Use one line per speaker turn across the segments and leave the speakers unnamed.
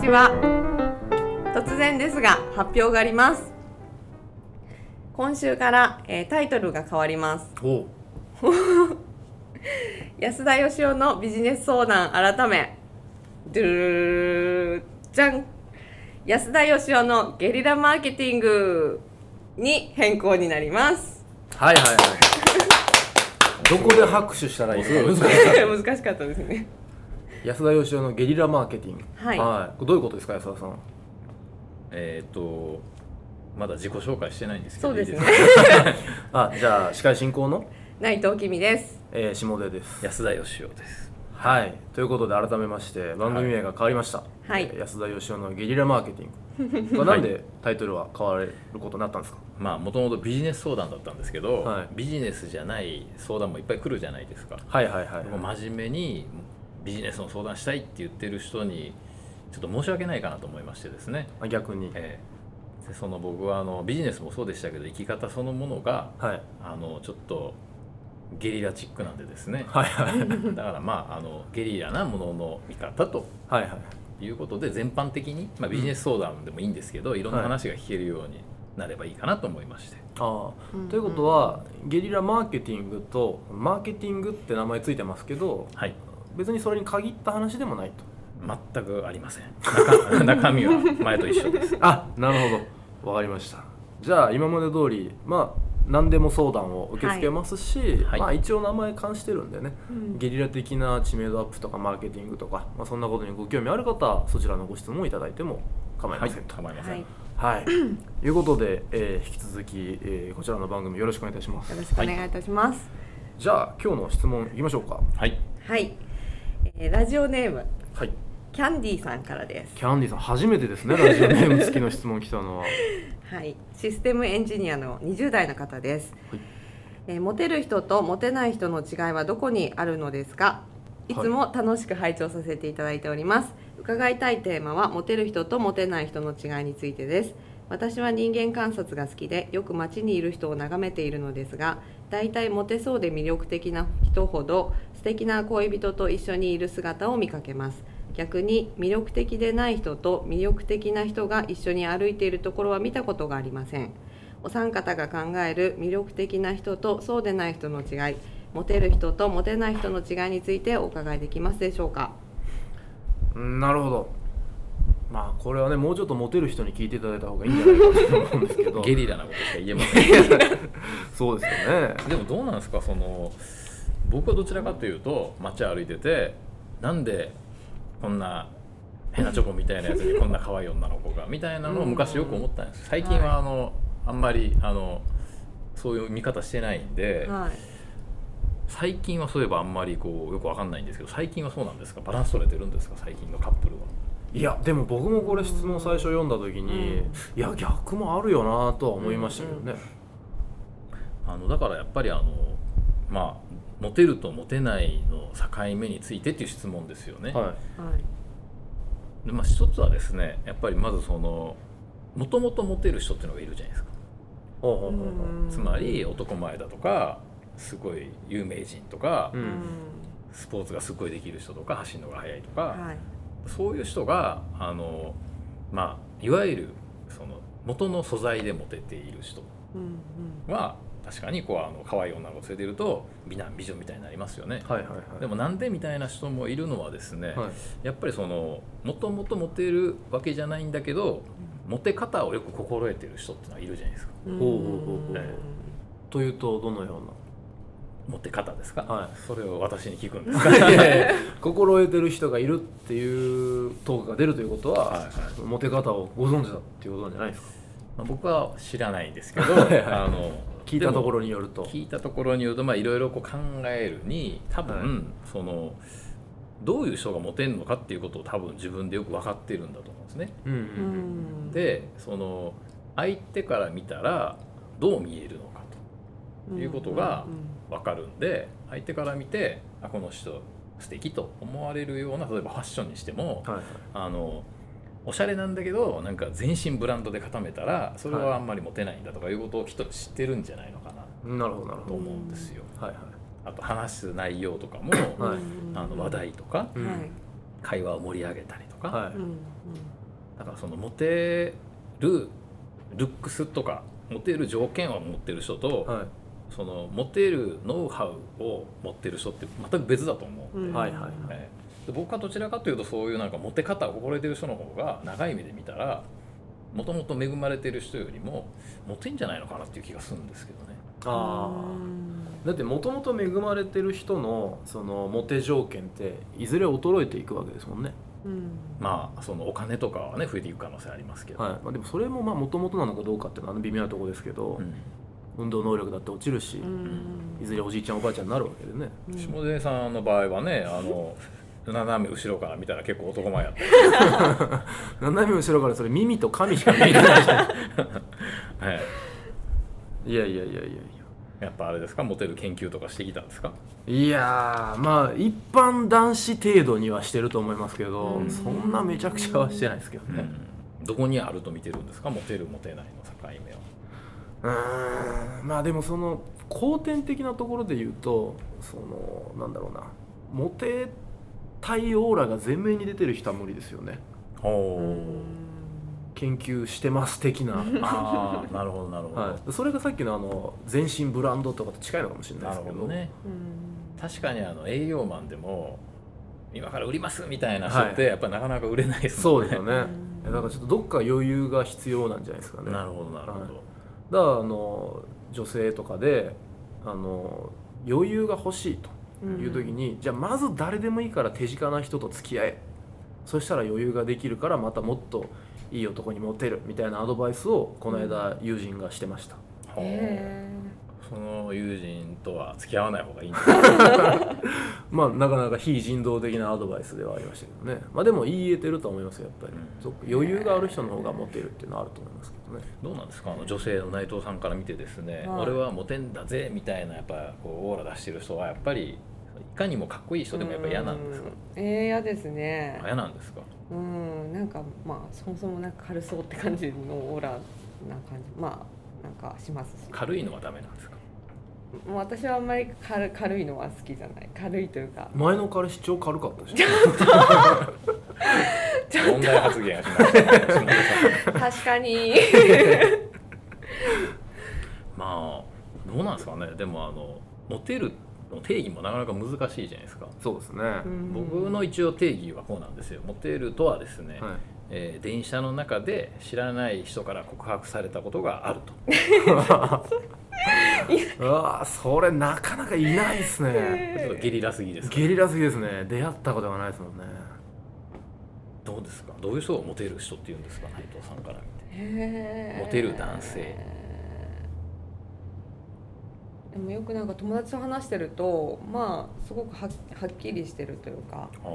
ちは突然ですが発表があります今週から、えータイトルが変わります
お
安田義雄のビジネス相談改めドゥルルルルルじゃん安田義雄のゲリラマーケティングに変更になります
はいはいはい どこで拍手したらいいか難しい
難しかったですね
安田義雄のゲリラマーケティング
はい
これどういうことですか安田さん
えーっとまだ自己紹介してないんですけど
そうですね
いいですか
あじゃあ司会進行の、
内藤きみです
えー下出です
安田義雄です
はいということで改めまして番組名が変わりました、
はい
えー安田義雄のゲリラマーケティングこれなんでタイトルは変わることになったんですか
まあもともとビジネス相談だったんですけど、
はい
ビジネスじゃない相談もいっぱい来るじゃないですか、
はいはいはい
もう真面目にビジネスの相談したいって言ってる人にちょっと申し訳ないかなと思いましてですね、
あ逆に、
えーでその僕はあのビジネスもそうでしたけど生き方そのものが
はい
あのちょっとゲリラチックなんでですね
はいはいはい
だからまああのゲリラなものの見方と
はいはい
いうことで全般的に、まあ、ビジネス相談でもいいんですけど、いろんな話が聞けるようになればいいかなと思いまして、
ああ、
うんうん
ということはゲリラマーケティングとマーケティングって名前ついてますけど
はい
別にそれに限った話でもないと
全くありません中 中身は前と一緒です
あなるほどわかりましたじゃあ今まで通りまあ何でも相談を受け付けますし、
はい
まあ一応名前関してるんでね、
うん
ゲリラ的な知名度アップとかマーケティングとか、まあ、そんなことにご興味ある方はそちらのご質問をいただいても構いま
はい
せんと
構いません、
はいよ
はい、いうことで、えー引き続き、えーこちらの番組よろしくお願いいたします
ろしくお願いいたします
じゃあ今日の質問いきましょうか
はい
はい、えーラジオネーム
はい
キャンディーさんからです
キャンディさん初めてですねラジオネーム付きの質問来たのは
はい、システムエンジニアの20代の方です、
はい
えーモテる人とモテない人の違いはどこにあるのですかいつも楽しく拝聴させていただいております、伺いたいテーマはモテる人とモテない人の違いについてです私は人間観察が好きでよく街にいる人を眺めているのですが大体モテそうで魅力的な人ほど素敵な恋人と一緒にいる姿を見かけます逆に魅力的でない人と魅力的な人が一緒に歩いているところは見たことがありませんお三方が考える魅力的な人とそうでない人の違いモテる人とモテない人の違いについてお伺いできますでしょうか
うんなるほどまあこれはねもうちょっとモテる人に聞いていただいた方がいいんじゃないかなと思うんですけど
ゲリラなことしか言えません
そうですよね
でもどうなんですかその僕はどちらかというと街歩いててなんでこんな変なチョコみたいなやつにこんな可愛い女の子がみたいなのを昔よく思ったんです最近はあの、あんまりあのそういう見方してないんで、
はい
最近はそういえばあんまりこうよくわかんないんですけど最近はそうなんですかバランス取れてるんですか最近のカップルはい
やでも僕もこれ質問最初読んだ時に、
うん
いや逆もあるよなとは思いましたけどね、
あのだからやっぱりあのまあモテるとモテないの境目についてっていう質問ですよね、
はい
はい
でまあ、一つはですねやっぱりまずそのもともとモテる人っていうのがいるじゃないですか
ほうほうほうほう
つまり男前だとかすごい有名人とか、
うん
スポーツがすごいできる人とか走るのが速いとか、
はい
そういう人があの、まあ、いわゆるその元の素材でモテている人
うんうん
は確かにこうあの可愛い女の子を連れていると美男美女みたいになりますよね。
はいはいはい
でもなんでみたいな人もいるのはですね、
はい
やっぱりそのもともとモテるわけじゃないんだけどモテ方をよく心得てる人ってのはいるじゃないですか
うん
ほうほうほうほう
え
というとどのよ
モテ方ですか、
は
それを私に聞くんです
う
か
ないやいや 心得てる人がいるっていうトークが出るということは、
はいはい
モテ方をご存知だっていうことなんじゃないですか
まあ僕は知らないんですけど
はいはい
あの
聞いたとこ
ろ
ろによると
聞いたところによるとまあいろいろこう考えるに多分、
は
そのどういう人がモテるのかっていうことを多分自分でよく分かってるんだと思うんですね。
うんうん
う
うん
ん
でその相手から見たらどう見えるのかと。いうことがわかるんで相手から見てあこの人素敵と思われるような例えばファッションにしても
はいはい
あのおしゃれなんだけどなんか全身ブランドで固めたらそれはあんまりモテないんだとかいうことをきっと知ってるんじゃないのかな
なるほどなるほ
と思うんですよ。
どはいはい
あと話す内容とかも、
うん
はい
うんうん
あの話題とか
うん
はい
会話を盛り上げたりとか、
は
うん
だからそのモテるルックスとかモテる条件を持ってる人と、
いは
そのモテるノウハウを持ってる人って全く別だと思う
うん
で,、
ん
はいはいはい
ええで僕はどちらかというとそういうなんかモテ方を心得てる人の方が長い目で見たらもともと恵まれてる人よりもモテんじゃないのかなっていう気がするんですけど
い
ね。
ああだってもともと恵まれてる人のそのモテ条件っていずれ衰えていくわけですもんね、
うん
まあそのお金とかはね増えていく可能性ありますけど、
はいまあ、でもそれももともとなのかどうかっていうのは微妙なところですけど、
うん
運動能力だって落ちるし、
うん
いずれおじいちゃんおばあちゃんになるわけでね
うん
下出さんの場合はねあの斜め後ろから見たら結構男前やった
斜め後ろからそれ耳と髪しか見えてないじゃ
はい、
んいやいやいやいやいや
やっぱあれですかモテる研究とかしてきたんですか
いやーまあ一般男子程度にはしてると思いますけど、
うん
そんなめちゃくちゃはしてないですけどね
どこにあると見てるんですかモテるモテないの境目は
うーんまあでもその後天的なところで言うとそのなんだろうなモテたいオーラが前面に出てる人は無理ですよね
ほ
研究してます的な、
うああなるほどなるほど、
はい、それがさっきのあの全身ブランドとかと近いのかもしれない
な
です
る
け
ほ
ど
どね
うん
確かにあの栄養マンでも今から売りますみたいな人ってやっぱなかなか売れないです
そ
も
うんですよね
うん
だからちょっとどっか余裕が必要なんじゃないですかね
なるほどなるほ
だか
ど、
らあの女性とかであの余裕が欲しいという時に、じゃあまず誰でもいいから手近な人と付き合えそしたら余裕ができるからまたもっといい男にモテるみたいなアドバイスをこの間友人がしてました、
ほう
へ
その友人とは付き合わない方がいいん だ
まあなかなか非人道的なアドバイスではありましたけどねまあでも言い得てると思いますよやっぱり、
うん
そっか余裕がある人の方がモテるっていうのはあると思いますけどね
どうなんですかあの女性の内藤さんから見てですね、
はい
俺はモテんだぜみたいなやっぱこうオーラ出してる人はやっぱりいかにもかっこいい人でもやっぱ嫌なんですか、
うんえー嫌ですね
嫌なんですか
うんなんかまあそもそもなんか軽そうって感じのオーラな感じまあなんかしますし
軽いのはダメなんですか
もう私はあんまり軽軽いのは好きじゃない軽いという か
前の彼氏超軽かったし
問題発言はしないですね下出さん
確かに
まあどうなんですかねでもあのモテるの定義もなかなか難しいじゃないですか
そうですね、
うん
僕の一応定義はこうなんですよモテるとはですね、
はい
えー電車の中で知らない人から告白されたことがあると
うわーそれなかなかいないですね
ちょっとゲリラすぎですか
ゲリラすぎですね出会ったことがないですもんね
どうですかどういう人をモテる人っていうんですか内藤さんから見て
へー
モテる男性
でもよくなんか友達と話してるとまあすごくはっはっきりしてるというか
あー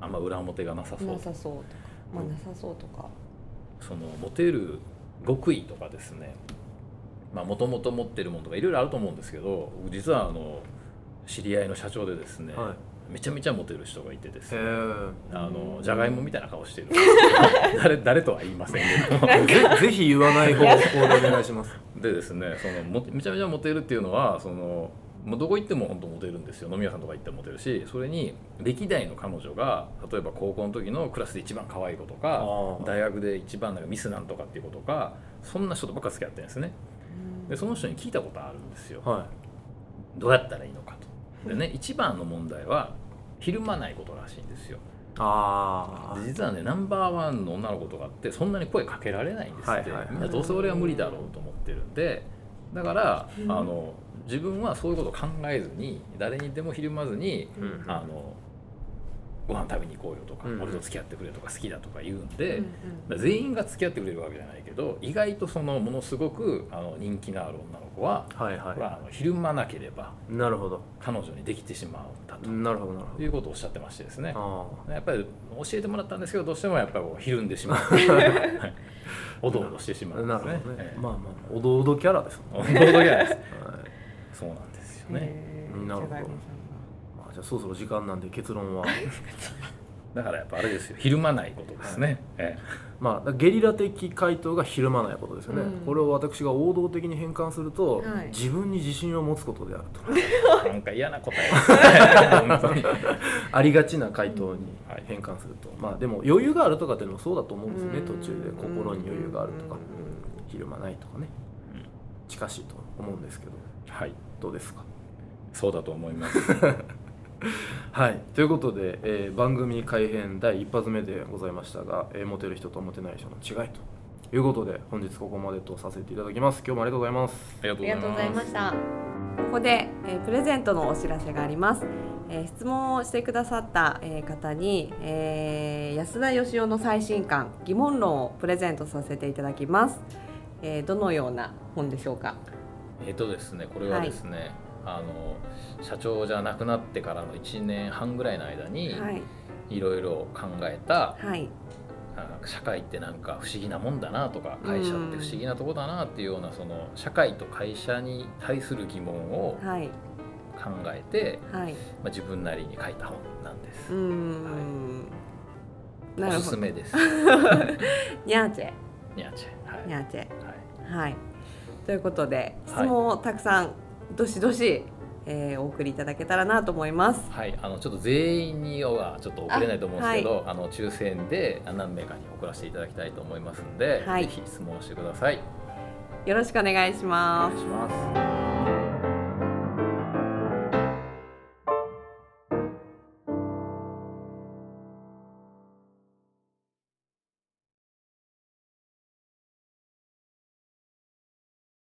あんま裏表がなさそう
なさそうとかまあ
うん
なさそうとか
そのモテる極意とかですねもともと持ってるものとかいろいろあると思うんですけど僕実はあの知り合いの社長でですね、
はい
めちゃめちゃモテる人がいてです
へ
ね
え
あのじゃがいもみたいな顔し てる誰誰とは言いませんけど
ぜ ぜひ言わない方向でお願いします
でですねそのもめちゃめちゃモテるっていうのはそのもうどこ行っても本当モテるんですよ飲み屋さんとか行ってもモテるしそれに歴代の彼女が例えば高校の時のクラスで一番可愛い子とか
あ
大学で一番なんかミスなんとかっていう子とかそんな人とばっか付き合ってるんですねでその人に聞いたことあるんですよ
は
どうやったらいいのかとでね一番の問題はひるまないことらしいんですよ
いあ
で実はねナンバーワンの女の子とかってそんなに声かけられないんですっ
は
て、
いはいはい
みんなどうせ俺は無理だろうと思ってるんでだから、
うん
あの自分はそういうことを考えずに誰にでもひるまずに、
ーうん
あのご飯食べに行こうよとか、
うん
俺と付き合ってくれとか好きだとか言うんで、
うん
だから全員が付き合ってくれるわけじゃないけど意外とそのものすごくあの人気のある女の子は、
はい
これ
は
はあのひるまなければ
いなるほど
彼女にできてしまうんだと、
なるほどなる
いうことをおっしゃってましてですね、
ほど
やっぱり教えてもらったんですけどどうしてもやっぱりこうひるんで しまうはいおどおどしてし
あ
ま
あ
うんで
な
す
る
ね
ほどね
ええ
まあまあおどおどキャラですもんね、
おどおどじゃないです
はい
そうなんですよ
うん
ね
へー
なるほど
じゃがいも
まあ、じゃあそろそろ時間なんで結論は
だからやっぱあれですよひるまないことですね、え
まあ、ゲリラ的回答がひるまないことですよね、
うん
これを私が王道的に変換すると、
はい
自分に自信を持つことであると
えなんか嫌な答 え本当に
ありがちな回答に変換すると、まあでも余裕があるとかっていうのもそうだと思うんですよね、途中で心に余裕があるとか、ひるまないとかね、
うん
近しいと思うんですけど
はい
どうですか
そうだと思います
はいということで、えー番組改編第一発目でございましたが、えーモテる人とモテない人の違いということで本日ここまでとさせていただきます今日もありがとうございます
ありが
ありがと
と
う
う
ご
ご
ざい
ざい
ま
ま
し
す
た。ここで、えープレゼントのお知らせがあります。えー質問をしてくださった、えー方に、えー安田義雄の最新刊疑問論をプレゼントさせていただきます。えーどのような本でしょうか。
えっとですねこれはですね、あの社長じゃなくなってからの1年半ぐらいの間に
はい
いろいろ考えた、
はい
あ社会ってなんか不思議なもんだなとか会社って不思議なとこだなっていうようなその社会と会社に対する疑問を
はい
考えて、
はい。
まあ、自分なりに書いた本なんで
う
す
ー。ん。なる
お
ほ
す
ど
す。めです。
ニャーチェ
にゃちゃんはい
ニャーチェ。
はい
はい。ということで質
はい
問をたくさんどしどし、えーお送りいただけたらなと思います。
はい、あのちょっと全員にはちょっと送れないと思うんですけど、あ,、の抽選であ何名かに送らせていただきたいと思いますので、
はい
ぜひ質問してください。
よろしくお願いし
お
ます
願い。します